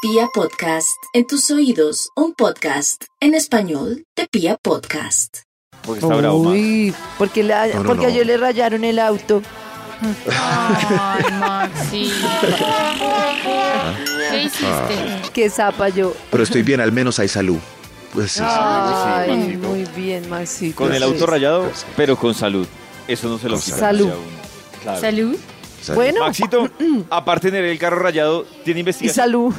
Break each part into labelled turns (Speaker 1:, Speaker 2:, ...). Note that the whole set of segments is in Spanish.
Speaker 1: Pia Podcast, en tus oídos, un podcast en español de Pia Podcast.
Speaker 2: Porque está bravo, ma.
Speaker 3: Uy, porque, la,
Speaker 4: No, no,
Speaker 3: porque
Speaker 4: no.
Speaker 3: a yo le rayaron el auto.
Speaker 5: Ay, Maxi. ¿Qué hiciste?
Speaker 3: Qué zapa yo.
Speaker 4: Pero estoy bien, al menos hay salud. Pues sí, sí.
Speaker 3: Ay,
Speaker 2: sí, Maxito.
Speaker 3: muy bien, Maxito.
Speaker 2: Con el
Speaker 3: sí.
Speaker 2: auto rayado, pero con salud. Eso no se lo
Speaker 4: Con
Speaker 2: quita.
Speaker 3: salud.
Speaker 2: a uno. Claro.
Speaker 5: Salud.
Speaker 4: salud.
Speaker 3: Bueno,
Speaker 2: Maxito, aparte de tener el carro rayado, tiene
Speaker 3: y
Speaker 2: investigación.
Speaker 3: salud.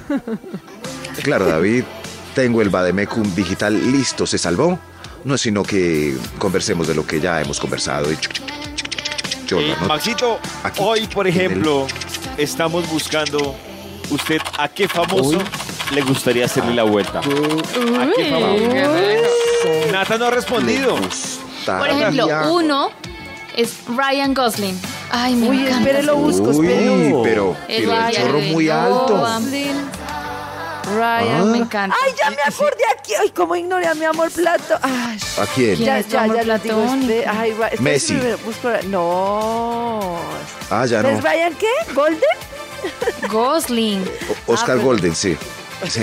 Speaker 4: Claro, David, tengo el Bademecum digital listo, se salvó. No es sino que conversemos de lo que ya hemos conversado. y chuc, chuc, chuc, chuc, chuc, chuc, yo
Speaker 2: Eh,
Speaker 4: la noto.
Speaker 2: Maxito,
Speaker 4: Aquí,
Speaker 2: hoy, por
Speaker 4: en el-
Speaker 2: ejemplo, estamos buscando usted a qué famoso le gustaría hacerle la vuelta. ¿A qué famoso?
Speaker 4: ¿eh?
Speaker 2: Nata no ha respondido.
Speaker 4: Le gustaría-
Speaker 5: Por ejemplo, uno es Ryan Gosling. Ay, me
Speaker 3: Uy,
Speaker 5: encanta.
Speaker 3: espere, lo busco, espere.
Speaker 4: Uy, pero
Speaker 5: Es
Speaker 4: tiró el
Speaker 5: Ryan
Speaker 4: chorro muy alto.
Speaker 5: Reynolds. Ryan, me encanta.
Speaker 3: Ay, ya me acordé aquí. Ay, cómo ignoré a mi amor plato. Ay,
Speaker 4: ¿A quién?
Speaker 5: ¿Quién?
Speaker 3: ya,
Speaker 5: es tu
Speaker 3: ya,
Speaker 5: amor
Speaker 3: ya lo digo.
Speaker 5: platónico?
Speaker 3: Este, ay, va- espere,
Speaker 4: Messi.
Speaker 3: espere, busco- no.
Speaker 4: Ah, ya no.
Speaker 3: ¿Es Ryan qué? ¿Golden?
Speaker 5: Gosling.
Speaker 4: O- Oscar Golden, sí. Sí.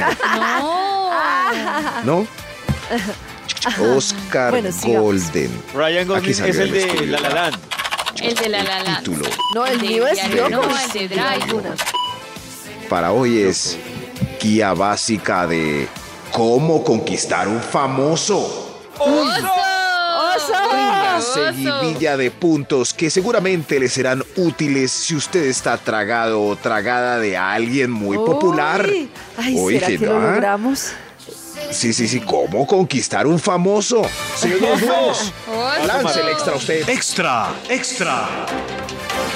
Speaker 5: No.
Speaker 4: ¿No? Oscar
Speaker 3: Bueno, sigamos.
Speaker 4: Golden.
Speaker 2: Ryan
Speaker 4: Aquí
Speaker 2: Gosling
Speaker 4: salió
Speaker 2: es el
Speaker 4: el
Speaker 2: de
Speaker 4: escribir.
Speaker 2: La La Land.
Speaker 5: el de la la
Speaker 4: El
Speaker 5: la.
Speaker 4: título
Speaker 3: No, el
Speaker 5: De
Speaker 3: mío es
Speaker 5: Diana,
Speaker 3: yo.
Speaker 4: no,
Speaker 5: el de Drive.
Speaker 4: para hoy es guía básica de cómo conquistar un famoso.
Speaker 5: ¡Oso!
Speaker 4: Una
Speaker 5: ¡Oso!
Speaker 4: seguidilla de puntos que seguramente le serán útiles si usted está tragado o tragada de alguien muy popular.
Speaker 3: Ay,
Speaker 4: Hoy,
Speaker 3: ¿será que lo
Speaker 4: ¿verdad?
Speaker 3: logramos?
Speaker 4: Sí, sí, sí, cómo conquistar un famoso. Señor dos.
Speaker 5: ¡Oso!
Speaker 4: Lance el extra a usted.
Speaker 6: Extra, extra.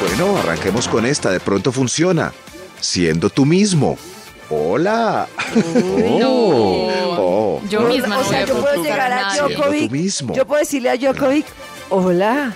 Speaker 4: Bueno, arranquemos con esta, de pronto funciona. Siendo tú mismo. Hola. Oh.
Speaker 5: Yo misma
Speaker 3: o
Speaker 5: no
Speaker 3: sea,
Speaker 5: voy a
Speaker 3: yo puedo
Speaker 5: contar
Speaker 3: llegar a
Speaker 5: nadie.
Speaker 4: Siendo
Speaker 3: Djokovic.
Speaker 4: tú mismo.
Speaker 3: Yo puedo decirle a Djokovic, hola.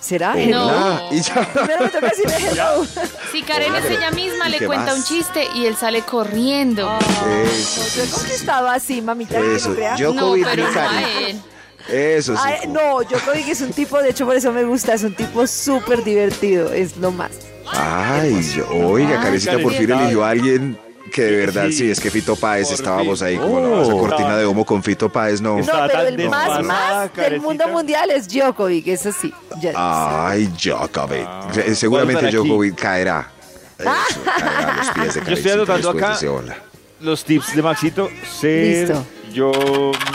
Speaker 3: ¿Será?
Speaker 5: No.
Speaker 4: Oh, Hola. Y ya.
Speaker 3: Primero me toca decirle hello.
Speaker 5: Si Karen es ella misma,
Speaker 4: ¿Qué
Speaker 5: le cuenta
Speaker 4: más?
Speaker 5: un chiste y él sale corriendo.
Speaker 4: Eso,
Speaker 3: Yo he
Speaker 4: sí, sí, sí.
Speaker 3: conquistado así, mamita. que
Speaker 4: Eso,
Speaker 3: no crea.
Speaker 4: yo-
Speaker 5: No,
Speaker 4: Djokovic
Speaker 5: pero
Speaker 4: ni
Speaker 5: no eh. a
Speaker 4: Karen.
Speaker 5: él.
Speaker 4: Eso sí.
Speaker 3: Ay, no, Djokovic es un tipo, de hecho por eso me gusta, es un tipo súper divertido, es lo más.
Speaker 4: Ay, yo- oiga,
Speaker 5: Ay,
Speaker 4: Karencita por fin
Speaker 2: Karencita.
Speaker 4: eligió a alguien que de verdad,
Speaker 2: sí.
Speaker 4: sí, es que Fito Páez
Speaker 2: Por
Speaker 4: estábamos
Speaker 2: fin.
Speaker 4: ahí como la esa
Speaker 2: Oh.
Speaker 4: cortina de humo con Fito Páez, no.
Speaker 2: Está-
Speaker 3: No,
Speaker 2: Estaba
Speaker 3: pero
Speaker 2: tan
Speaker 3: el más,
Speaker 2: desfasada,
Speaker 3: más del mundo
Speaker 2: Karencita.
Speaker 3: mundial es Djokovic, es así. ya.
Speaker 4: Ay, Djokovic. Eh,
Speaker 2: Vuelvan
Speaker 4: Seguramente
Speaker 2: aquí. Ah.
Speaker 4: Djokovic caerá. Eso, caerá a los pies de
Speaker 2: Yo estoy
Speaker 4: Karencita
Speaker 2: anotando
Speaker 4: después de
Speaker 2: acá.
Speaker 4: ese hola.
Speaker 2: Los tips de Maxito, ser
Speaker 3: Listo.
Speaker 2: yo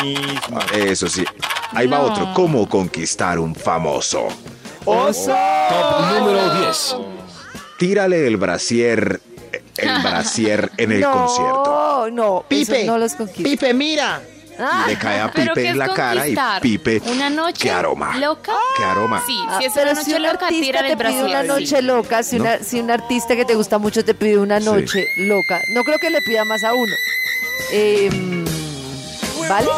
Speaker 2: mismo.
Speaker 4: Eso sí. Ahí va
Speaker 5: No.
Speaker 4: otro. ¿Cómo conquistar un famoso?
Speaker 6: Número 10.
Speaker 4: Tírale el brasier, el brasier en el
Speaker 3: no,
Speaker 4: concierto.
Speaker 3: no, Pipe, no los Ah, conquista. Pipe, mira.
Speaker 4: Y le cae a
Speaker 5: Pero
Speaker 4: Pipe
Speaker 5: que es
Speaker 4: en la cara y
Speaker 5: conquistar.
Speaker 4: Pipe.
Speaker 5: Una noche
Speaker 4: ¿Qué aroma?
Speaker 5: loca.
Speaker 4: ¿Qué aroma?
Speaker 5: Sí,
Speaker 3: Ah,
Speaker 5: si es
Speaker 3: pero
Speaker 5: una
Speaker 3: si
Speaker 5: noche
Speaker 3: un
Speaker 5: loca,
Speaker 3: artista
Speaker 5: tirar el
Speaker 3: te pide
Speaker 5: brasier.
Speaker 3: una
Speaker 5: sí.
Speaker 3: noche loca, si,
Speaker 4: ¿No?
Speaker 3: una- si un artista que te gusta mucho te pide una
Speaker 4: Sí.
Speaker 3: noche loca, no creo que le pida más a uno. Eh, mm, ¿Vale?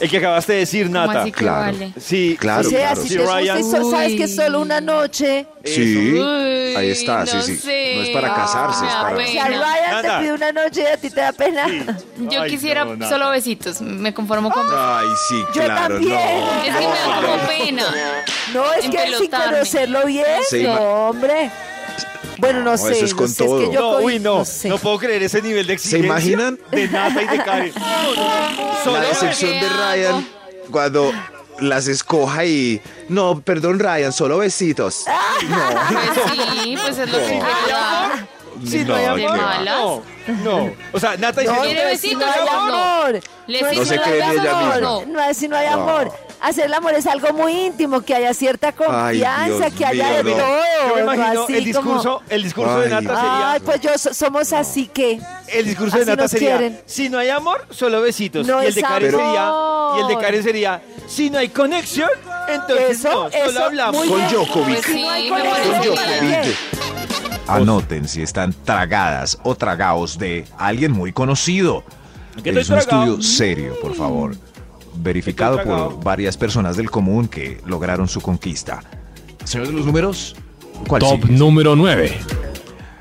Speaker 2: El que acabaste de decir,
Speaker 5: ¿Cómo
Speaker 2: Nata.
Speaker 5: así que
Speaker 4: Claro.
Speaker 5: vale?
Speaker 2: Sí,
Speaker 3: O
Speaker 4: Claro,
Speaker 3: sea,
Speaker 4: claro.
Speaker 3: si
Speaker 2: Sí,
Speaker 3: te gusta y
Speaker 2: Ryan.
Speaker 3: so- sabes
Speaker 5: Uy.
Speaker 3: que es solo una noche,
Speaker 4: Sí,
Speaker 5: Uy,
Speaker 4: ahí está, sí,
Speaker 5: no
Speaker 4: sí.
Speaker 5: sé.
Speaker 4: No es para casarse, es
Speaker 5: Ah,
Speaker 4: para...
Speaker 5: bueno.
Speaker 3: si a Ryan
Speaker 2: Nada.
Speaker 3: te pide una noche y a ti te da pena,
Speaker 5: Yo
Speaker 2: Ay,
Speaker 5: quisiera
Speaker 2: no, Nata.
Speaker 5: solo besitos. Me conformo con.
Speaker 4: Ay, sí,
Speaker 3: yo
Speaker 4: claro,
Speaker 3: también.
Speaker 4: no.
Speaker 5: Es que me da como pena.
Speaker 3: No, es que sin
Speaker 5: Empelotarme.
Speaker 3: conocerlo bien,
Speaker 4: Sí,
Speaker 3: no,
Speaker 4: ma-
Speaker 3: hombre. Bueno, no,
Speaker 4: No,
Speaker 3: sé.
Speaker 4: eso es con
Speaker 3: no sé,
Speaker 4: todo.
Speaker 3: que yo
Speaker 2: No,
Speaker 3: con-
Speaker 2: uy, no. No,
Speaker 3: sé.
Speaker 2: puedo creer ese nivel de
Speaker 4: ¿Se
Speaker 2: exigencia.
Speaker 4: imaginan?
Speaker 2: De Nata y de Karen. Solo
Speaker 4: La decepción
Speaker 5: ¿qué
Speaker 4: de Ryan cuando las escoja y... No, perdón, Ryan, solo besitos.
Speaker 5: Pues sí, pues es lo que quiero dar.
Speaker 2: Sí,
Speaker 4: No,
Speaker 2: hay
Speaker 4: qué
Speaker 2: amor.
Speaker 5: va.
Speaker 2: No, no. O sea, Nata
Speaker 3: No,
Speaker 2: diciendo...
Speaker 5: ¿Quiere
Speaker 3: no, si
Speaker 5: besitos,
Speaker 3: no hay
Speaker 5: no?
Speaker 3: amor.
Speaker 5: Le
Speaker 3: No,
Speaker 5: sí,
Speaker 3: si
Speaker 4: se
Speaker 3: no hay
Speaker 4: cree en ella
Speaker 3: amor.
Speaker 4: misma.
Speaker 3: No, si no hay amor. Hacer el amor es algo muy íntimo, que haya cierta confianza,
Speaker 4: Dios
Speaker 3: que haya de
Speaker 4: mío, no.
Speaker 3: todo.
Speaker 2: Yo me
Speaker 3: no
Speaker 2: imagino
Speaker 3: así
Speaker 2: el discurso, el discurso de
Speaker 4: Ay,
Speaker 2: Nata
Speaker 3: Como,
Speaker 2: sería...
Speaker 3: Ay, pues yo so- somos así que.
Speaker 2: El discurso de
Speaker 3: Así
Speaker 2: Nata
Speaker 3: nos
Speaker 2: sería,
Speaker 3: quieren.
Speaker 2: si no hay amor, solo besitos.
Speaker 3: No
Speaker 2: y el de
Speaker 3: es
Speaker 2: Karen
Speaker 3: amor.
Speaker 2: sería, y el de Karen sería, si no hay conexión, entonces
Speaker 3: Eso,
Speaker 2: no, solo
Speaker 3: eso,
Speaker 2: hablamos.
Speaker 3: muy
Speaker 4: Con
Speaker 3: bien.
Speaker 5: Pues
Speaker 4: Djokovic.
Speaker 5: sí, me
Speaker 3: Con
Speaker 4: Con
Speaker 5: parece bien.
Speaker 4: Djokovic.
Speaker 7: Anoten si están tragadas o tragados de alguien muy conocido.
Speaker 2: ¿Qué estoy
Speaker 7: Es un
Speaker 2: tragado?
Speaker 7: estudio serio, por favor, verificado
Speaker 2: Estoy tragado.
Speaker 7: por varias personas del común que lograron su conquista. Señor de los números, ¿cuál
Speaker 6: Top
Speaker 7: sigue?
Speaker 6: número 9.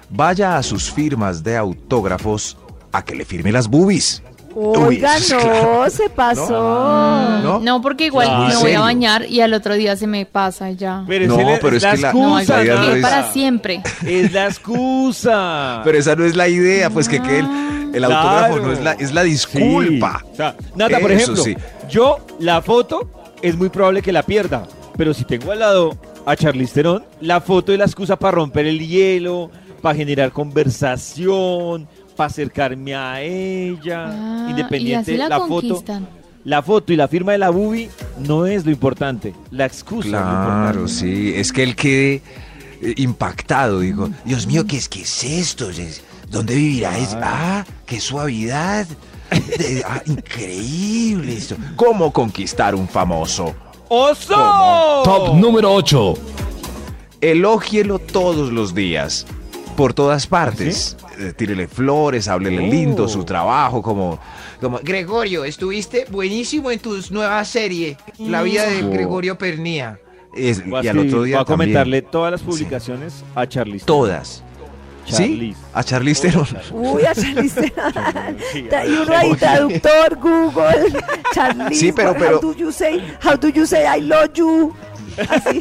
Speaker 7: Vaya a sus firmas de autógrafos a que le firme las boobies.
Speaker 3: Oiga,
Speaker 8: es
Speaker 3: no,
Speaker 8: claro.
Speaker 3: se pasó.
Speaker 5: ¿No? porque igual
Speaker 2: Ah,
Speaker 5: me
Speaker 2: ¿en
Speaker 5: voy a
Speaker 2: serio?
Speaker 5: bañar y al otro día se me pasa ya.
Speaker 8: No,
Speaker 2: le-
Speaker 8: pero es que la-
Speaker 5: No,
Speaker 8: Excusa,
Speaker 5: eso
Speaker 8: María
Speaker 5: es
Speaker 8: Luisa.
Speaker 5: para siempre.
Speaker 2: Es la excusa.
Speaker 4: Pero esa no es la idea, pues que quede el, el autógrafo
Speaker 2: Claro.
Speaker 4: no es la, es la
Speaker 2: Sí.
Speaker 4: disculpa.
Speaker 2: O sea, Nata, por
Speaker 4: Eso
Speaker 2: ejemplo,
Speaker 4: sí.
Speaker 2: yo la foto es muy probable que la pierda, pero si tengo al lado a Charlize Theron, la foto es la excusa para romper el hielo, para generar conversación, para acercarme a ella,
Speaker 5: Ah, y
Speaker 2: independiente
Speaker 5: así la,
Speaker 2: foto.
Speaker 5: conquistan.
Speaker 2: La foto y la firma de la bubi no es lo importante, la excusa. es lo
Speaker 4: Claro,
Speaker 2: importante.
Speaker 4: sí. Es que él quede eh, impactado, digo, Dios mío, ¿qué es, qué es esto? Es- ¿Dónde vivirá? Es, ah, qué suavidad. De- ah, increíble esto. ¿Cómo conquistar un famoso?
Speaker 2: ¡Oso!
Speaker 7: Top número 8.
Speaker 4: Elógielo todos los días, por todas partes. Eh, Tírele flores, háblele
Speaker 7: Oh.
Speaker 4: lindo su trabajo, como, como
Speaker 9: Gregorio, estuviste buenísimo en tu nueva serie, La vida
Speaker 7: Oh.
Speaker 9: de Gregorio Pernía.
Speaker 4: es-
Speaker 2: Voy a
Speaker 4: y al
Speaker 2: escribir-
Speaker 4: otro día
Speaker 2: voy a
Speaker 4: también.
Speaker 2: comentarle todas las publicaciones a Charlize. Theron.
Speaker 4: todas. ¿Sí?
Speaker 2: Charlize. Oh,
Speaker 4: A Charlize Theron.
Speaker 3: Uy, a Charlize
Speaker 2: Sí,
Speaker 3: Theron. Y uno ahí, traductor, Google, Charlize.
Speaker 4: Sí, pero-
Speaker 3: what-
Speaker 4: pero-
Speaker 3: How do you say, how do you say I love you? Así.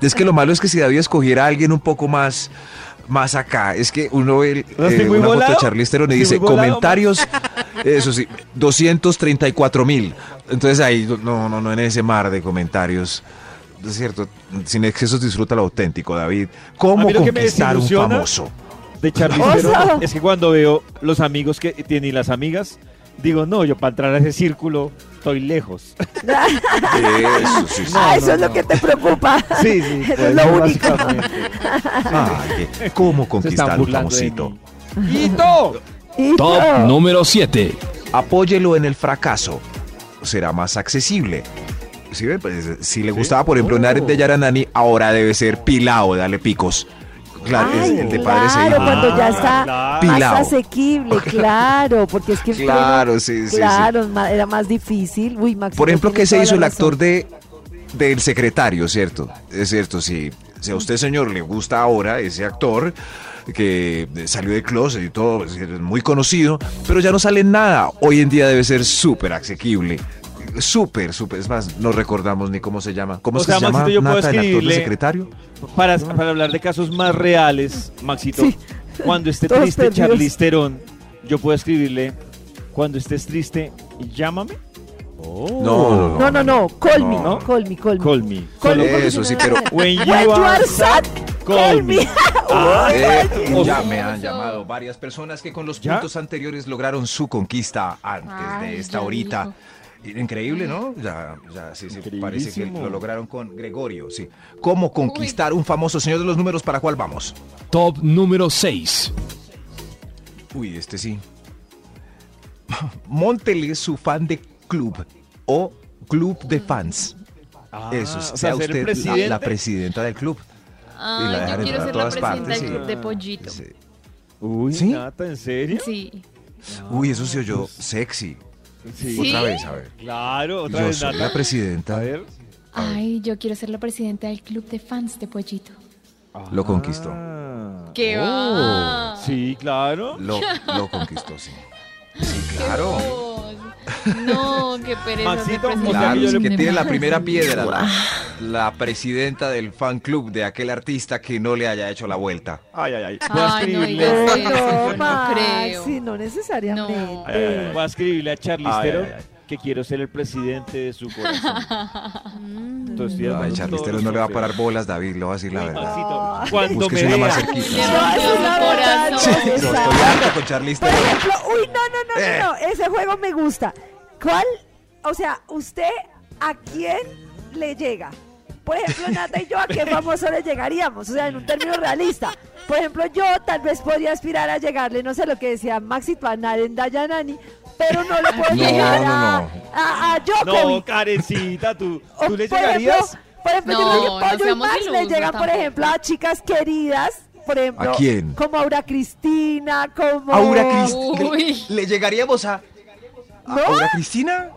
Speaker 4: Es que lo malo es que si David escogiera a alguien un poco más, más acá, es que uno ve eh,
Speaker 2: No, estoy muy
Speaker 4: una foto
Speaker 2: volado.
Speaker 4: de Charlize Theron y
Speaker 2: Estoy
Speaker 4: dice
Speaker 2: muy volado,
Speaker 4: comentarios, eso sí, 234 mil. Entonces ahí, no, no, no, en ese mar de comentarios. Es cierto, sin excesos disfruta lo auténtico, David.
Speaker 2: A
Speaker 4: ¿Cómo
Speaker 2: mí lo que me
Speaker 4: conquistar un
Speaker 2: desilusiona-
Speaker 4: famoso?
Speaker 2: de Charlize
Speaker 3: ¡Oso!
Speaker 2: Theron es que cuando veo los amigos que tiene y las amigas, digo, no, yo para entrar a ese círculo estoy lejos.
Speaker 4: Eso, sí, sí.
Speaker 3: Ah, eso es lo que te preocupa.
Speaker 2: Sí, sí. pues,
Speaker 3: Eso es lo único.
Speaker 4: Ay, qué- ¿Cómo conquistar un famosito?
Speaker 2: ¡Hito!
Speaker 3: Y
Speaker 7: Top
Speaker 3: todo.
Speaker 7: número 7.
Speaker 4: apóyelo en el fracaso, será más accesible. Sí, ve, pues, si le gustaba, por ejemplo, Naret de Yaranani, ahora debe ser Pilao, dale picos. Claro, es
Speaker 3: Ay,
Speaker 4: el de padres e
Speaker 3: claro,
Speaker 4: hijos.
Speaker 3: cuando ya
Speaker 2: Ah,
Speaker 3: está
Speaker 2: claro.
Speaker 3: más
Speaker 4: Pilao.
Speaker 3: asequible, claro, porque es que en
Speaker 4: Claro,
Speaker 3: pleno-
Speaker 4: sí, sí, sí.
Speaker 3: claro, ma- era más difícil. Uy, Maxito
Speaker 4: Por ejemplo,
Speaker 3: tiene
Speaker 4: ¿qué se
Speaker 3: toda
Speaker 4: hizo
Speaker 3: la
Speaker 4: el
Speaker 3: razón.
Speaker 4: actor de del secretario, cierto? Es cierto, sí. Si a usted, señor, le gusta ahora ese actor que salió de closet y todo, es decir, es muy conocido, pero ya no sale en nada. Hoy en día debe ser súper asequible. Súper, súper. Es más, no recordamos ni cómo se llama. ¿Cómo
Speaker 2: O
Speaker 4: es
Speaker 2: sea,
Speaker 4: que se llama?
Speaker 2: Maxito, yo puedo
Speaker 4: Nata, el actor de
Speaker 2: escribirle-
Speaker 4: secretario.
Speaker 2: Para, para hablar de casos más reales, Maxito,
Speaker 3: Sí.
Speaker 2: cuando esté
Speaker 3: Todos
Speaker 2: triste
Speaker 3: perdidos.
Speaker 2: Charlize Theron, yo puedo escribirle, cuando estés triste, llámame.
Speaker 4: Oh. No,
Speaker 3: No, no, no, call me,
Speaker 2: No.
Speaker 3: call me, call me.
Speaker 2: Call me.
Speaker 3: Call me,
Speaker 4: Eso
Speaker 3: call me.
Speaker 4: sí, pero-
Speaker 2: When you
Speaker 3: When you
Speaker 2: are
Speaker 3: are sad,
Speaker 2: Call me.
Speaker 3: Uy,
Speaker 4: Eh,
Speaker 2: Ojo.
Speaker 4: ya me han llamado varias personas que con los
Speaker 2: ¿Ya?
Speaker 4: puntos anteriores lograron su conquista antes
Speaker 5: Ay,
Speaker 4: de esta
Speaker 5: ya
Speaker 4: horita. Increíble, ¿no? Ya, ya, sí, sí, parece que
Speaker 2: Increíbísimo.
Speaker 4: lo lograron con Gregorio, sí. ¿Cómo conquistar un famoso señor de los números para cuál vamos?
Speaker 7: Top número 6.
Speaker 4: Uy, este sí. Móntele su fan de club o club de fans.
Speaker 2: Ah,
Speaker 4: Eso,
Speaker 2: o
Speaker 4: sea
Speaker 2: sea, ser
Speaker 4: usted la-
Speaker 2: presidente.
Speaker 4: la presidenta del club.
Speaker 5: Ay,
Speaker 4: la
Speaker 5: yo
Speaker 4: dejan
Speaker 5: quiero
Speaker 4: entrar a
Speaker 5: ser la
Speaker 4: todas
Speaker 5: presidenta
Speaker 4: partes,
Speaker 5: del
Speaker 4: sí.
Speaker 5: club de pollito.
Speaker 4: Sí.
Speaker 2: Uy,
Speaker 4: ¿Sí?
Speaker 2: Nata, ¿en serio?
Speaker 5: Sí.
Speaker 4: Uy, eso se oyó sexy.
Speaker 2: Sí.
Speaker 5: Sí.
Speaker 4: Otra vez, a ver.
Speaker 2: Claro, otra
Speaker 4: Yo
Speaker 2: vez
Speaker 4: soy
Speaker 2: Nata.
Speaker 4: la presidenta.
Speaker 2: A ver.
Speaker 5: Ay, yo quiero ser la presidenta del club de fans de pollito.
Speaker 4: Lo conquistó.
Speaker 5: ¡Qué
Speaker 4: Oh.
Speaker 5: va!
Speaker 2: Ah. Sí, claro.
Speaker 4: Lo, lo conquistó, sí. Sí, claro.
Speaker 5: No, qué pereza.
Speaker 2: Maxito,
Speaker 5: ser
Speaker 2: o sea,
Speaker 5: presidenta
Speaker 4: Claro,
Speaker 5: del
Speaker 4: es
Speaker 5: club
Speaker 4: que
Speaker 5: de
Speaker 4: tiene la
Speaker 5: fans.
Speaker 4: primera piedra, la, la presidenta del fan club de aquel artista que no le haya hecho la vuelta.
Speaker 2: Ay, ay, ay. Voy a
Speaker 5: Ay, no
Speaker 2: escribirle.
Speaker 5: digas eso, yo
Speaker 3: No,
Speaker 5: no creo.
Speaker 3: Maxi, no necesariamente.
Speaker 5: No.
Speaker 2: Ay, ay, ay. Voy a escribirle a Charlize
Speaker 4: Ay,
Speaker 2: Theron
Speaker 4: ay, ay.
Speaker 2: que quiero ser el presidente de su corazón.
Speaker 5: Mm.
Speaker 2: Entonces, estoy
Speaker 4: Ay,
Speaker 2: armando
Speaker 4: Charlize
Speaker 2: todos
Speaker 4: Theron
Speaker 2: los
Speaker 4: no le va a
Speaker 2: sorteos.
Speaker 4: parar bolas, David, le va a decir la
Speaker 2: Uy,
Speaker 4: verdad.
Speaker 2: Maxito, cuando me
Speaker 4: Búsquese una más
Speaker 2: vea.
Speaker 5: Le
Speaker 4: cerquita.
Speaker 3: No,
Speaker 5: rompió
Speaker 3: eso es la verdad,
Speaker 5: su
Speaker 3: no.
Speaker 5: corazón.
Speaker 4: No, estoy harto con Charlize
Speaker 3: Por
Speaker 4: Theron.
Speaker 3: ejemplo, uy, no, no, no,
Speaker 4: Eh.
Speaker 3: no, no, ese juego me gusta. ¿Cuál? O sea, ¿usted a quién le llega? Por ejemplo, Nata y yo, ¿a qué famoso le llegaríamos? O sea, en un término realista. Por ejemplo, yo tal vez podría aspirar a llegarle, no sé lo que decía Maxi Panar en Dayanani, pero no le puedo
Speaker 4: No,
Speaker 3: llegar
Speaker 4: no,
Speaker 3: a,
Speaker 4: no.
Speaker 3: a, a
Speaker 2: No,
Speaker 3: Djokovic.
Speaker 2: carecita, tú,
Speaker 3: O,
Speaker 2: ¿tú le
Speaker 3: por
Speaker 2: llegarías.
Speaker 3: Ejemplo, por ejemplo, yo
Speaker 5: No,
Speaker 3: creo que
Speaker 5: no
Speaker 3: Pollo y
Speaker 5: seamos
Speaker 3: Max le
Speaker 5: ilusos
Speaker 3: llegan, por
Speaker 5: tampoco.
Speaker 3: ejemplo, a chicas queridas. Por ejemplo,
Speaker 4: quién?
Speaker 3: como Aura Cristina, como.
Speaker 4: Aura Cristina.
Speaker 5: Uy.
Speaker 4: ¿Le llegaríamos a, a
Speaker 3: ¿No?
Speaker 4: Aura Cristina?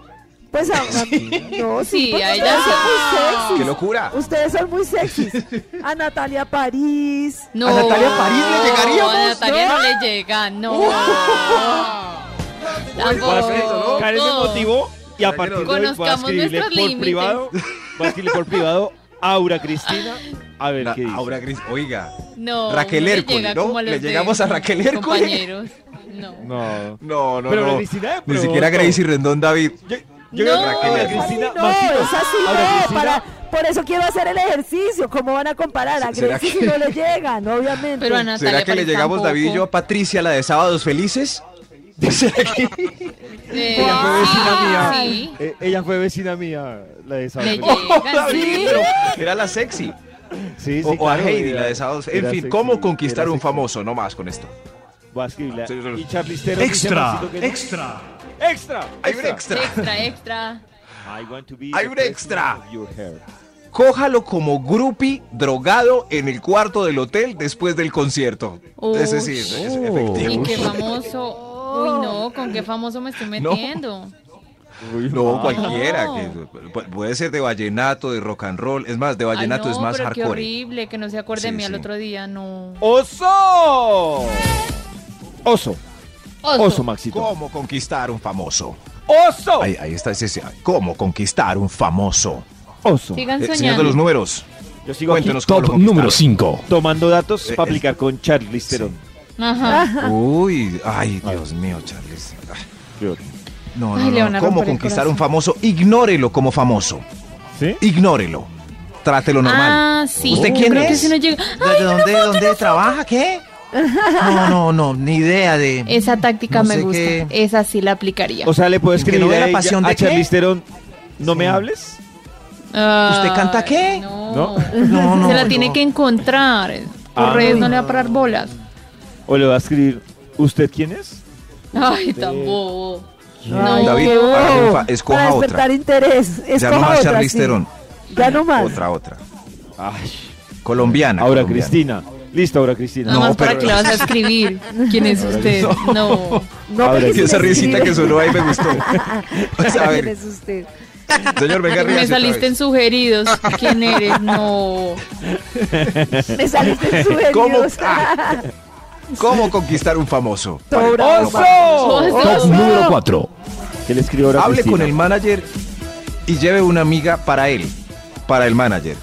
Speaker 3: Pues a una- No, sí,
Speaker 5: Sí,
Speaker 3: porque
Speaker 5: a
Speaker 3: ustedes
Speaker 5: ella sí.
Speaker 3: son
Speaker 4: ¡Qué
Speaker 3: muy sexys.
Speaker 4: locura!
Speaker 3: Ustedes son muy sexys. A Natalia París.
Speaker 5: No,
Speaker 4: ¿A Natalia París le llegaríamos?
Speaker 5: A Natalia no, le llega, no. Tampoco.
Speaker 2: Karen me motivó y a partir de hoy voy a
Speaker 5: Conozcamos
Speaker 2: escribirle
Speaker 5: nuestros
Speaker 2: por
Speaker 5: límites.
Speaker 2: privado, voy a escribirle por privado Aura Cristina, a ver
Speaker 4: La-
Speaker 2: qué dice.
Speaker 4: Aura Cris- oiga.
Speaker 5: No.
Speaker 4: Raquel
Speaker 5: uno le
Speaker 4: Hércules,
Speaker 5: llega
Speaker 4: ¿no?
Speaker 5: como los
Speaker 4: Le
Speaker 5: de
Speaker 4: llegamos a Raquel
Speaker 5: mis
Speaker 4: Hércules.
Speaker 5: Compañeros. No.
Speaker 2: No.
Speaker 4: No, no,
Speaker 2: Pero
Speaker 4: no.
Speaker 2: la Cristina de
Speaker 4: Ni siquiera
Speaker 2: pronto.
Speaker 4: Gracie Rendón David.
Speaker 2: Yo, yo creo que
Speaker 5: No.
Speaker 2: Aura
Speaker 3: Esa sí
Speaker 2: Cristina,
Speaker 3: no,
Speaker 2: Maxito,
Speaker 3: esa sí
Speaker 2: Aura
Speaker 3: no,
Speaker 2: Cristina,
Speaker 3: para- por eso quiero hacer el ejercicio. ¿Cómo van a comparar a
Speaker 4: ¿Será
Speaker 3: Grecia
Speaker 4: que-
Speaker 3: si no le llegan? Obviamente.
Speaker 5: Pero a Natalia
Speaker 4: ¿Será que le
Speaker 5: París
Speaker 4: llegamos
Speaker 5: tampoco.
Speaker 4: David y yo a Patricia, la de Sábados Felices? ¿Será que-
Speaker 5: Eh,
Speaker 4: Ella
Speaker 3: Ah,
Speaker 4: fue vecina mía.
Speaker 5: Sí.
Speaker 2: eh, ella fue vecina mía, la de
Speaker 5: Le
Speaker 2: Isabel.
Speaker 5: llegan, sí.
Speaker 4: David, pero era la sexy.
Speaker 2: Sí,
Speaker 4: o,
Speaker 2: sí,
Speaker 4: o a
Speaker 2: claro,
Speaker 4: Heidi,
Speaker 2: era-
Speaker 4: la de Sábados. En
Speaker 2: era
Speaker 4: fin,
Speaker 2: sexy,
Speaker 4: ¿cómo
Speaker 2: era
Speaker 4: conquistar un
Speaker 2: sexy.
Speaker 4: famoso? No más con esto.
Speaker 2: Voy a escribirla.
Speaker 4: Sí, sí, sí.
Speaker 2: Y Charlize Theron dice,
Speaker 6: Extra,
Speaker 2: Maxito, que-
Speaker 6: extra.
Speaker 2: extra,
Speaker 4: Hay un extra.
Speaker 5: Extra, extra.
Speaker 2: I want to be
Speaker 4: Hay
Speaker 2: the
Speaker 4: un
Speaker 2: president
Speaker 4: extra.
Speaker 2: of your hair.
Speaker 4: Cójalo como grupi drogado en el cuarto del hotel después del concierto.
Speaker 5: Uy.
Speaker 4: es decir, es
Speaker 5: ¿Y
Speaker 4: efectivo.
Speaker 5: qué famoso? Uy, no, ¿con qué famoso me estoy
Speaker 4: No.
Speaker 5: metiendo?
Speaker 4: No, cualquiera.
Speaker 5: No.
Speaker 4: que- pu- puede ser de vallenato, de rock and roll. Es más, de
Speaker 5: Ay,
Speaker 4: vallenato
Speaker 5: no,
Speaker 4: es más
Speaker 5: pero qué
Speaker 4: hardcore.
Speaker 5: horrible que no se acuerde de
Speaker 4: Sí,
Speaker 5: mí al
Speaker 4: sí.
Speaker 5: otro día, no.
Speaker 2: ¡Oso! Oso,
Speaker 5: Oso.
Speaker 2: oso, Maxito.
Speaker 4: ¿Cómo conquistar un famoso?
Speaker 2: ¡Oso!
Speaker 4: Ahí, ahí está ese. ese- ¿Cómo conquistar un famoso?
Speaker 2: Oso.
Speaker 5: Sigan
Speaker 4: Eh, señor
Speaker 5: soñando.
Speaker 4: de los números.
Speaker 2: Yo sigo aquí
Speaker 4: Cuéntenos cómo lo
Speaker 7: Top
Speaker 4: conquistaron.
Speaker 7: número 5.
Speaker 2: tomando datos
Speaker 4: Eh,
Speaker 2: para
Speaker 4: eh.
Speaker 2: aplicar con Charlize Theron.
Speaker 5: Ajá.
Speaker 4: Ah, Uy, ay, Dios mío, Charles. Ah,
Speaker 2: Yo-
Speaker 4: No,
Speaker 5: Ay,
Speaker 4: no,
Speaker 5: le
Speaker 4: no,
Speaker 5: van a
Speaker 4: ¿Cómo
Speaker 5: romper el
Speaker 4: conquistar
Speaker 5: corazón.
Speaker 4: un famoso? Ignórelo como famoso.
Speaker 2: ¿Sí?
Speaker 4: Ignórelo. Trátelo normal.
Speaker 5: Ah, sí.
Speaker 4: ¿Usted
Speaker 5: Yo
Speaker 4: quién
Speaker 5: creo que
Speaker 4: es?
Speaker 5: si no llega-
Speaker 9: ¿De dónde, dónde trabaja? ¿Qué? No, no, no, ni idea de.
Speaker 5: Esa táctica
Speaker 9: No
Speaker 5: me
Speaker 9: sé
Speaker 5: gusta.
Speaker 9: qué-
Speaker 5: Esa sí la aplicaría.
Speaker 2: O sea, le puedo
Speaker 9: ¿Y que
Speaker 2: escribir
Speaker 9: no ve
Speaker 2: a,
Speaker 9: la
Speaker 2: ella-
Speaker 9: pasión
Speaker 2: a
Speaker 9: de qué?
Speaker 2: Charlize Theron, ¿no me
Speaker 9: Sí.
Speaker 2: hables?
Speaker 5: Ah,
Speaker 9: ¿Usted canta qué?
Speaker 5: No.
Speaker 9: No, no,
Speaker 5: se la
Speaker 9: no.
Speaker 5: tiene que encontrar. Por
Speaker 2: Ah.
Speaker 5: redes no le va a parar bolas.
Speaker 2: ¿O le va a escribir, ¿usted quién es?
Speaker 5: Ay, tampoco.
Speaker 3: Ay,
Speaker 5: No.
Speaker 4: David,
Speaker 3: qué
Speaker 4: para que
Speaker 3: bobo.
Speaker 4: fa- escoja
Speaker 3: Para
Speaker 4: otra.
Speaker 3: despertar interés.
Speaker 4: ya
Speaker 3: Escoja
Speaker 4: no más
Speaker 3: otra,
Speaker 4: Charlize
Speaker 3: sí.
Speaker 4: Theron.
Speaker 3: Ya no
Speaker 5: Ah.
Speaker 3: más.
Speaker 4: Otra, otra.
Speaker 2: Ay,
Speaker 4: Colombiana.
Speaker 2: Ahora
Speaker 4: colombiana.
Speaker 2: Cristina. Listo, ahora Cristina.
Speaker 5: Nada más para
Speaker 4: pero-
Speaker 5: que la vas a escribir. ¿Quién es usted? No.
Speaker 3: No,
Speaker 2: Ahora
Speaker 3: porque
Speaker 2: sí,
Speaker 3: si
Speaker 4: Esa
Speaker 3: me
Speaker 4: risita
Speaker 3: escribe-
Speaker 4: que sonó ahí me gustó. Pues, a
Speaker 3: ¿Quién
Speaker 4: ver,
Speaker 3: es usted?
Speaker 4: señor, venga,
Speaker 5: Me
Speaker 4: ríase otra
Speaker 5: saliste en
Speaker 4: vez.
Speaker 5: sugeridos. ¿Quién eres? No.
Speaker 3: Me saliste en sugeridos.
Speaker 4: ¿Cómo? Ah, ¿Cómo conquistar un famoso?
Speaker 3: Sobra.
Speaker 5: Oso.
Speaker 7: Top número 4.
Speaker 2: ¿Qué le escribo ahora a
Speaker 4: Hable
Speaker 2: Cristina?
Speaker 4: con el manager y lleve una amiga para él, para el manager.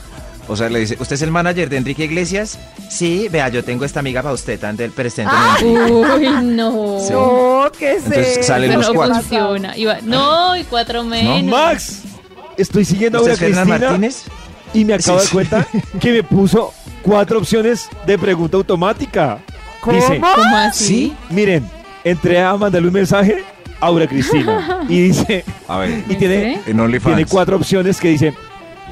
Speaker 4: O sea, le dice, ¿usted es el manager de Enrique Iglesias?
Speaker 9: Sí, vea, yo tengo esta amiga para usted, tan del presente.
Speaker 2: Ah.
Speaker 5: Uy, no.
Speaker 4: Sí.
Speaker 3: No, que sé.
Speaker 4: Entonces salen
Speaker 5: Eso
Speaker 4: los
Speaker 5: no
Speaker 4: cuatro.
Speaker 5: funciona. Iba- no, y cuatro menos.
Speaker 2: Max, estoy siguiendo
Speaker 4: ¿Usted
Speaker 2: ahora
Speaker 4: es Fernán
Speaker 2: Cristina
Speaker 4: Martínez?
Speaker 2: y me acabo
Speaker 4: Sí,
Speaker 2: de
Speaker 4: sí.
Speaker 2: cuenta que me puso cuatro opciones de pregunta automática. Dice,
Speaker 3: ¿Cómo?
Speaker 5: ¿Cómo así?
Speaker 4: ¿Sí?
Speaker 2: miren, entré a mandarle un mensaje a Aura Cristina y dice,
Speaker 4: A ver,
Speaker 2: y tiene,
Speaker 4: en
Speaker 2: tiene
Speaker 4: OnlyFans.
Speaker 2: cuatro opciones que dice,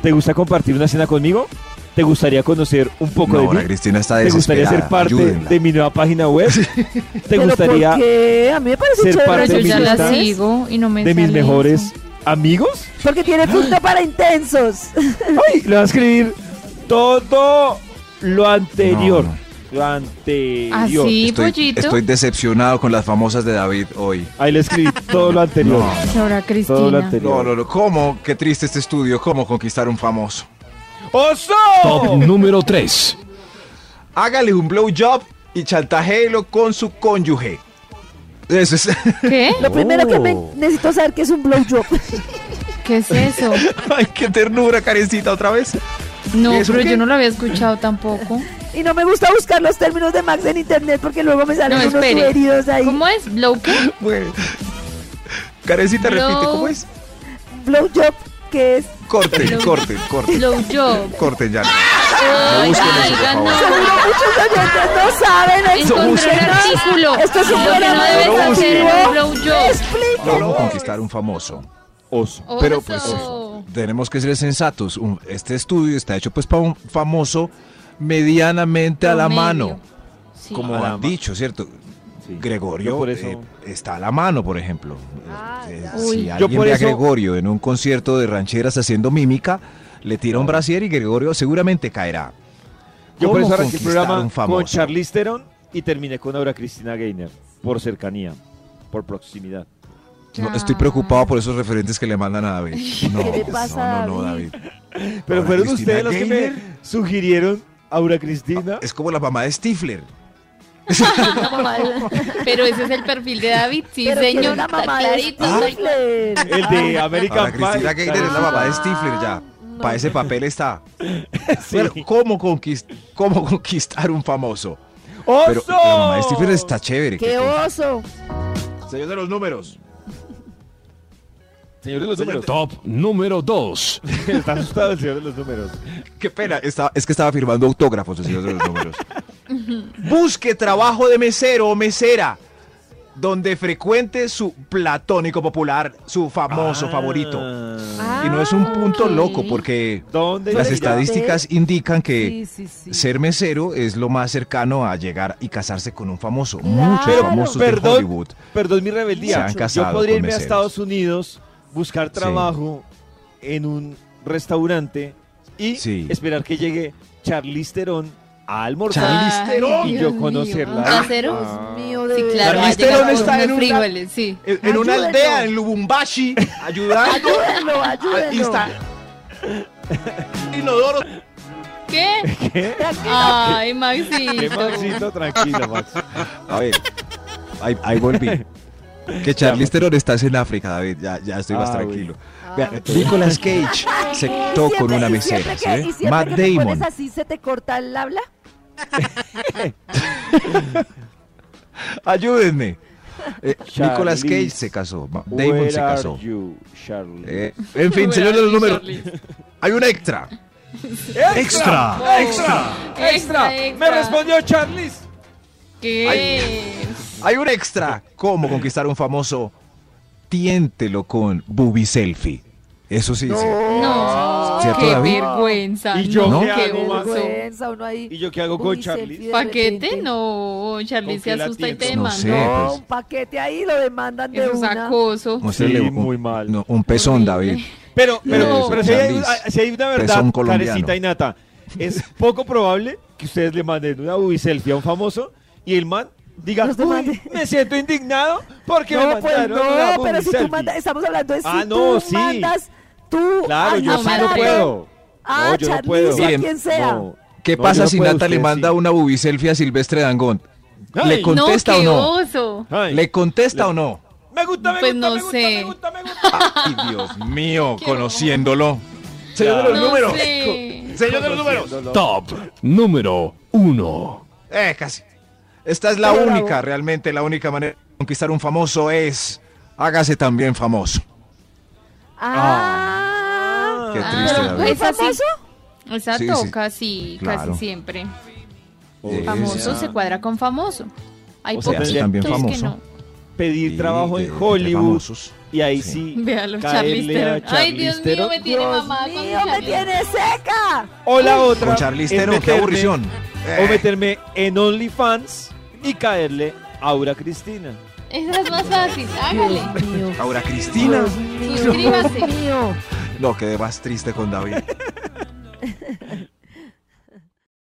Speaker 2: ¿te gusta compartir una cena conmigo? ¿Te gustaría conocer un poco
Speaker 4: No,
Speaker 2: de
Speaker 4: ahora
Speaker 2: mí?
Speaker 4: Cristina está
Speaker 2: ¿Te
Speaker 4: desesperada.
Speaker 2: gustaría ser parte
Speaker 4: Ayúdenla.
Speaker 2: de mi nueva página web? ¿Te
Speaker 3: ¿Pero
Speaker 2: gustaría
Speaker 3: por qué? A mí me parece
Speaker 2: ser
Speaker 3: chévere.
Speaker 5: Pero
Speaker 2: parte
Speaker 5: yo
Speaker 2: de
Speaker 5: ya
Speaker 2: mis
Speaker 5: la
Speaker 2: listas,
Speaker 5: sigo y no me
Speaker 2: de mis
Speaker 5: sale
Speaker 2: mejores
Speaker 5: eso.
Speaker 2: amigos?
Speaker 3: Porque tiene punto para intensos.
Speaker 2: ¡Ay! Le va a escribir todo lo anterior.
Speaker 4: No, no.
Speaker 2: Lo
Speaker 3: Ah,
Speaker 2: anterior.
Speaker 5: Así,
Speaker 4: Estoy,
Speaker 5: Ah, pollito.
Speaker 4: estoy decepcionado con las famosas de David hoy.
Speaker 2: Ahí le escribí todo lo anterior.
Speaker 4: No.
Speaker 5: Ahora
Speaker 2: Todo lo
Speaker 5: Cristina.
Speaker 4: No,
Speaker 2: anterior.
Speaker 4: no, no. ¿Cómo? Qué triste este estudio. ¿Cómo conquistar un famoso?
Speaker 2: ¡Oso!
Speaker 7: Top número 3.
Speaker 4: Hágale un blowjob y chantajéelo con su cónyuge. Eso es.
Speaker 5: ¿Qué?
Speaker 2: Oh.
Speaker 3: Lo primero que me necesito saber que es un blowjob.
Speaker 5: ¿Qué es eso?
Speaker 4: Ay, qué ternura, Karencita, otra vez.
Speaker 5: No,
Speaker 4: ¿Y eso
Speaker 5: pero
Speaker 4: qué?
Speaker 5: yo no lo había escuchado tampoco.
Speaker 3: Y no me gusta buscar los términos de Max en internet porque luego me salen
Speaker 5: No,
Speaker 3: unos
Speaker 5: espere.
Speaker 3: sugeridos ahí.
Speaker 5: ¿Cómo es? ¿Blow qué?
Speaker 4: Bueno. Karencita,
Speaker 5: Blow-
Speaker 4: repite, ¿cómo es?
Speaker 3: Blowjob, que es.
Speaker 4: Corten,
Speaker 5: Blow-
Speaker 4: corten, corten.
Speaker 5: Blow job.
Speaker 4: Corten ya.
Speaker 5: Ay,
Speaker 4: busquen eso, por
Speaker 5: oiga,
Speaker 4: favor.
Speaker 3: Seguro muchos oyentes no saben esto.
Speaker 5: Encontré el
Speaker 3: Muchos-
Speaker 5: artículo.
Speaker 3: Esto es un
Speaker 5: Lo que no
Speaker 3: programa de
Speaker 5: debes hacer es un
Speaker 3: educativo.
Speaker 5: blow job.
Speaker 3: Explica.
Speaker 4: ¿Cómo conquistar un famoso?
Speaker 2: Oso.
Speaker 4: Pero
Speaker 5: Oso.
Speaker 4: pues tenemos que ser sensatos. Un- este estudio está hecho pues para un famoso medianamente a la
Speaker 5: Promedio.
Speaker 4: mano.
Speaker 5: Sí.
Speaker 4: Como
Speaker 2: A la
Speaker 4: han
Speaker 2: ma-
Speaker 4: dicho, ¿cierto?
Speaker 2: Sí.
Speaker 4: Gregorio
Speaker 2: Yo por eso-
Speaker 4: eh, está a la mano, por ejemplo.
Speaker 3: Ah,
Speaker 4: Eh,
Speaker 5: Uy.
Speaker 4: si
Speaker 5: Yo
Speaker 4: alguien
Speaker 2: por
Speaker 4: ve a
Speaker 2: eso-
Speaker 4: Gregorio en un concierto de rancheras haciendo mímica, le tira un brasier y Gregorio seguramente caerá.
Speaker 2: Yo por
Speaker 4: ¿Cómo
Speaker 2: eso arranqué el
Speaker 4: conquistar
Speaker 2: programa
Speaker 4: un
Speaker 2: con
Speaker 4: famoso?
Speaker 2: Charlize Theron y terminé con Aura Cristina Gainer. Por cercanía, por proximidad.
Speaker 4: No, estoy preocupado por esos referentes que le mandan a David. No, pues,
Speaker 3: ¿Qué le
Speaker 4: no,
Speaker 3: pasa,
Speaker 4: no, no,
Speaker 3: David?
Speaker 4: David.
Speaker 2: Pero
Speaker 4: Aura
Speaker 2: fueron
Speaker 4: Cristina
Speaker 2: ustedes los que me
Speaker 4: Gaynor
Speaker 2: sugirieron Aura Cristina.
Speaker 4: Es como la mamá de Stifler.
Speaker 5: Una mamá de- Pero ese es el perfil de David, sí,
Speaker 3: Pero que
Speaker 5: señor.
Speaker 3: era la
Speaker 5: está
Speaker 3: mamá de
Speaker 5: clarito. está-
Speaker 3: Stifler.
Speaker 2: Ah, El de American
Speaker 4: Ahora Cristina
Speaker 2: Pie.
Speaker 4: Gaynor es la
Speaker 3: Ah,
Speaker 4: mamá de este Stifler ya. Para ese papel está. Bueno, ¿cómo, conquist- ¿Cómo conquistar un famoso? Pero
Speaker 2: ¡Oso!
Speaker 4: la mamá de Stifler está chévere.
Speaker 3: ¡Qué oso!
Speaker 4: Señor de los números.
Speaker 2: Señor de los números.
Speaker 7: Top número 2.
Speaker 2: Está asustado el señor de los números.
Speaker 4: Qué pena, estaba- es que estaba firmando autógrafos el señor de los números. Busque trabajo de mesero o mesera donde frecuente su platónico popular, su famoso favorito.
Speaker 2: Ah.
Speaker 3: Ah,
Speaker 4: Y no es un punto
Speaker 5: ok.
Speaker 4: loco porque
Speaker 2: ¿Dónde
Speaker 4: las
Speaker 2: está?
Speaker 4: estadísticas indican que
Speaker 3: Sí, sí, sí.
Speaker 4: ser mesero es lo más cercano a llegar y casarse con un famoso.
Speaker 3: Claro.
Speaker 4: Muchos
Speaker 3: Pero,
Speaker 4: famosos de
Speaker 2: perdón,
Speaker 4: Hollywood.
Speaker 2: Perdón mi
Speaker 4: Se
Speaker 2: rebeldía.
Speaker 4: han
Speaker 2: Yo
Speaker 4: casado
Speaker 2: podría
Speaker 4: con
Speaker 2: irme a
Speaker 4: meseros.
Speaker 2: Estados Unidos, buscar
Speaker 4: Sí.
Speaker 2: trabajo en un restaurante y
Speaker 4: Sí.
Speaker 2: esperar que llegue Charlize Theron a almorzar.
Speaker 5: Ay,
Speaker 4: Charlisterón.
Speaker 5: Dios
Speaker 2: Y yo
Speaker 5: mío.
Speaker 2: conocerla.
Speaker 5: ¿Un casero?
Speaker 2: Ah.
Speaker 3: Dios mío, de
Speaker 5: ¿Ah, Sí,
Speaker 3: verdad.
Speaker 5: claro. ha
Speaker 4: Charlisterón
Speaker 5: llegado con
Speaker 4: Ah. está
Speaker 5: unos
Speaker 4: en una-
Speaker 5: frijoles, sí.
Speaker 4: En, en una
Speaker 3: Ayúdenlo.
Speaker 4: aldea en Lubumbashi, ayudando.
Speaker 3: Ayúdenlo,
Speaker 4: y
Speaker 3: ayúdenlo.
Speaker 2: Ah,
Speaker 4: está. Inodoro.
Speaker 5: ¿Qué?
Speaker 2: ¿Qué?
Speaker 5: Ay, Maxito.
Speaker 2: ¿Qué, Maxito? Tranquilo, Max.
Speaker 4: A ver, ahí, ahí volví. Que Charlize Theron estás en África, David. Ya, ya estoy más
Speaker 2: Ah,
Speaker 4: tranquilo.
Speaker 3: Ah.
Speaker 4: Vea, Nicolas Cage se quitó
Speaker 3: Y
Speaker 4: con
Speaker 3: siempre-
Speaker 4: una
Speaker 3: y siempre
Speaker 4: mesera.
Speaker 3: que-
Speaker 4: ¿sí?
Speaker 3: y siempre
Speaker 4: Matt
Speaker 3: que te
Speaker 4: Damon.
Speaker 3: pones así, ¿se te corta el habla?
Speaker 4: Ayúdenme. Eh,
Speaker 2: Charlize
Speaker 4: Nicolas Cage se casó. Matt Damon
Speaker 2: Where
Speaker 4: se
Speaker 2: are
Speaker 4: casó.
Speaker 2: you, Charlize?
Speaker 4: Eh, en fin, señor de los números. Hay un extra.
Speaker 6: extra, extra,
Speaker 5: Extra,
Speaker 2: Me
Speaker 5: extra.
Speaker 2: respondió Charlize.
Speaker 5: ¿Qué?
Speaker 4: Hay un extra. ¿Cómo conquistar a un famoso? Tiéntelo con booby selfie. Eso sí. sí.
Speaker 5: No.
Speaker 4: Oh. ¿Cierto,
Speaker 5: Qué
Speaker 4: David?
Speaker 5: vergüenza.
Speaker 2: ¿Y yo
Speaker 5: no,
Speaker 2: qué
Speaker 5: qué
Speaker 2: hago, Max?
Speaker 5: oso.
Speaker 3: vergüenza, uno ahí.
Speaker 2: ¿Y yo qué hago con
Speaker 3: Uy,
Speaker 2: Charlize?
Speaker 3: selfie de
Speaker 5: ¿Paquete?
Speaker 3: repente.
Speaker 5: No, Charlie
Speaker 2: ¿Con
Speaker 5: se
Speaker 2: qué la
Speaker 5: asusta y te
Speaker 2: tiendes?
Speaker 4: No
Speaker 5: manda.
Speaker 4: sé,
Speaker 3: No,
Speaker 4: pues.
Speaker 3: un paquete ahí lo demandan de
Speaker 5: Eso es
Speaker 3: una.
Speaker 5: acoso.
Speaker 4: Muéstrele
Speaker 2: Sí,
Speaker 4: un-
Speaker 2: muy mal.
Speaker 4: no, un pezón, David.
Speaker 5: Horrible.
Speaker 2: Pero, pero,
Speaker 5: No.
Speaker 2: pero si, hay,
Speaker 4: Charlize,
Speaker 2: si hay una verdad,
Speaker 4: pezón colombiano.
Speaker 2: carecita y nata, es poco probable que ustedes le manden una ubi selfie a un famoso y el man diga,
Speaker 3: Nos demande.
Speaker 2: "Uy, me siento indignado porque me
Speaker 3: No, pues
Speaker 2: mandaron una
Speaker 3: no,
Speaker 2: boobie
Speaker 3: pero si tú
Speaker 2: selfie".
Speaker 3: mandas, estamos hablando de si
Speaker 2: Ah, no,
Speaker 3: tú
Speaker 2: sí.
Speaker 3: mandas, tú
Speaker 2: Claro, yo
Speaker 5: Ah,
Speaker 2: sí
Speaker 5: no,
Speaker 2: no
Speaker 5: madre.
Speaker 2: puedo.
Speaker 3: Ah,
Speaker 2: no, yo no
Speaker 3: Charlize,
Speaker 2: puedo.
Speaker 3: a
Speaker 4: Miren,
Speaker 3: quien sea.
Speaker 2: No,
Speaker 4: ¿Qué
Speaker 2: no, yo
Speaker 4: pasa
Speaker 2: no
Speaker 4: si
Speaker 2: puedo,
Speaker 4: Nata le
Speaker 2: ustedes
Speaker 4: manda
Speaker 2: sí.
Speaker 4: una bubi selfie a Silvestre Dangón?
Speaker 2: Ay,
Speaker 4: ¿Le contesta
Speaker 5: no,
Speaker 4: o
Speaker 5: qué
Speaker 4: no?
Speaker 5: oso.
Speaker 2: ay,
Speaker 4: ¿Le contesta o no?
Speaker 2: Me gusta, me
Speaker 5: Pues
Speaker 2: gusta,
Speaker 5: no
Speaker 2: me gusta,
Speaker 5: sé.
Speaker 2: me gusta, me gusta.
Speaker 4: Ay, Dios mío,
Speaker 5: Qué
Speaker 4: conociéndolo.
Speaker 2: Ah. Señor de los
Speaker 5: No
Speaker 2: números.
Speaker 5: sé.
Speaker 6: señor de los números,
Speaker 7: Top número 1.
Speaker 4: Eh, casi. Esta es la
Speaker 3: Pero
Speaker 4: única,
Speaker 3: bravo.
Speaker 4: realmente la única manera de conquistar un famoso es hágase también famoso.
Speaker 2: Ah.
Speaker 3: Ah,
Speaker 4: Qué
Speaker 5: Ah,
Speaker 4: triste, la
Speaker 5: pues
Speaker 4: verdad.
Speaker 3: ¿es
Speaker 5: así.
Speaker 3: famoso?
Speaker 5: Exacto,
Speaker 4: Sí, sí.
Speaker 5: casi,
Speaker 4: Claro.
Speaker 5: casi siempre.
Speaker 4: Eh,
Speaker 5: Famoso
Speaker 4: sí.
Speaker 5: se cuadra con famoso. Hay
Speaker 2: ah. O sea,
Speaker 5: poquitos
Speaker 2: sí,
Speaker 4: también
Speaker 5: que
Speaker 4: famoso.
Speaker 5: no.
Speaker 2: Pedir
Speaker 4: Sí,
Speaker 2: trabajo
Speaker 4: de-
Speaker 2: en
Speaker 4: de
Speaker 2: Hollywood
Speaker 4: famosos.
Speaker 2: y ahí sí.
Speaker 5: Véalo,
Speaker 2: caerle
Speaker 5: Charlize Theron.
Speaker 2: a
Speaker 5: Ay,
Speaker 2: Charlize
Speaker 5: Dios mío,
Speaker 2: Theron.
Speaker 5: me tiene
Speaker 3: Dios
Speaker 5: mamá con
Speaker 3: mío, me
Speaker 5: Charlize.
Speaker 3: tiene seca.
Speaker 2: O la otra.
Speaker 4: Con Charlize
Speaker 2: es
Speaker 4: Theron, qué
Speaker 2: meterme-
Speaker 4: aburrición. Eh.
Speaker 2: O meterme en OnlyFans y caerle a Aura Cristina.
Speaker 5: Esa es más fácil, hágale.
Speaker 4: Ahora
Speaker 2: Ah.
Speaker 4: Cristina.
Speaker 5: Suscríbase.
Speaker 4: No, quedé más triste con David.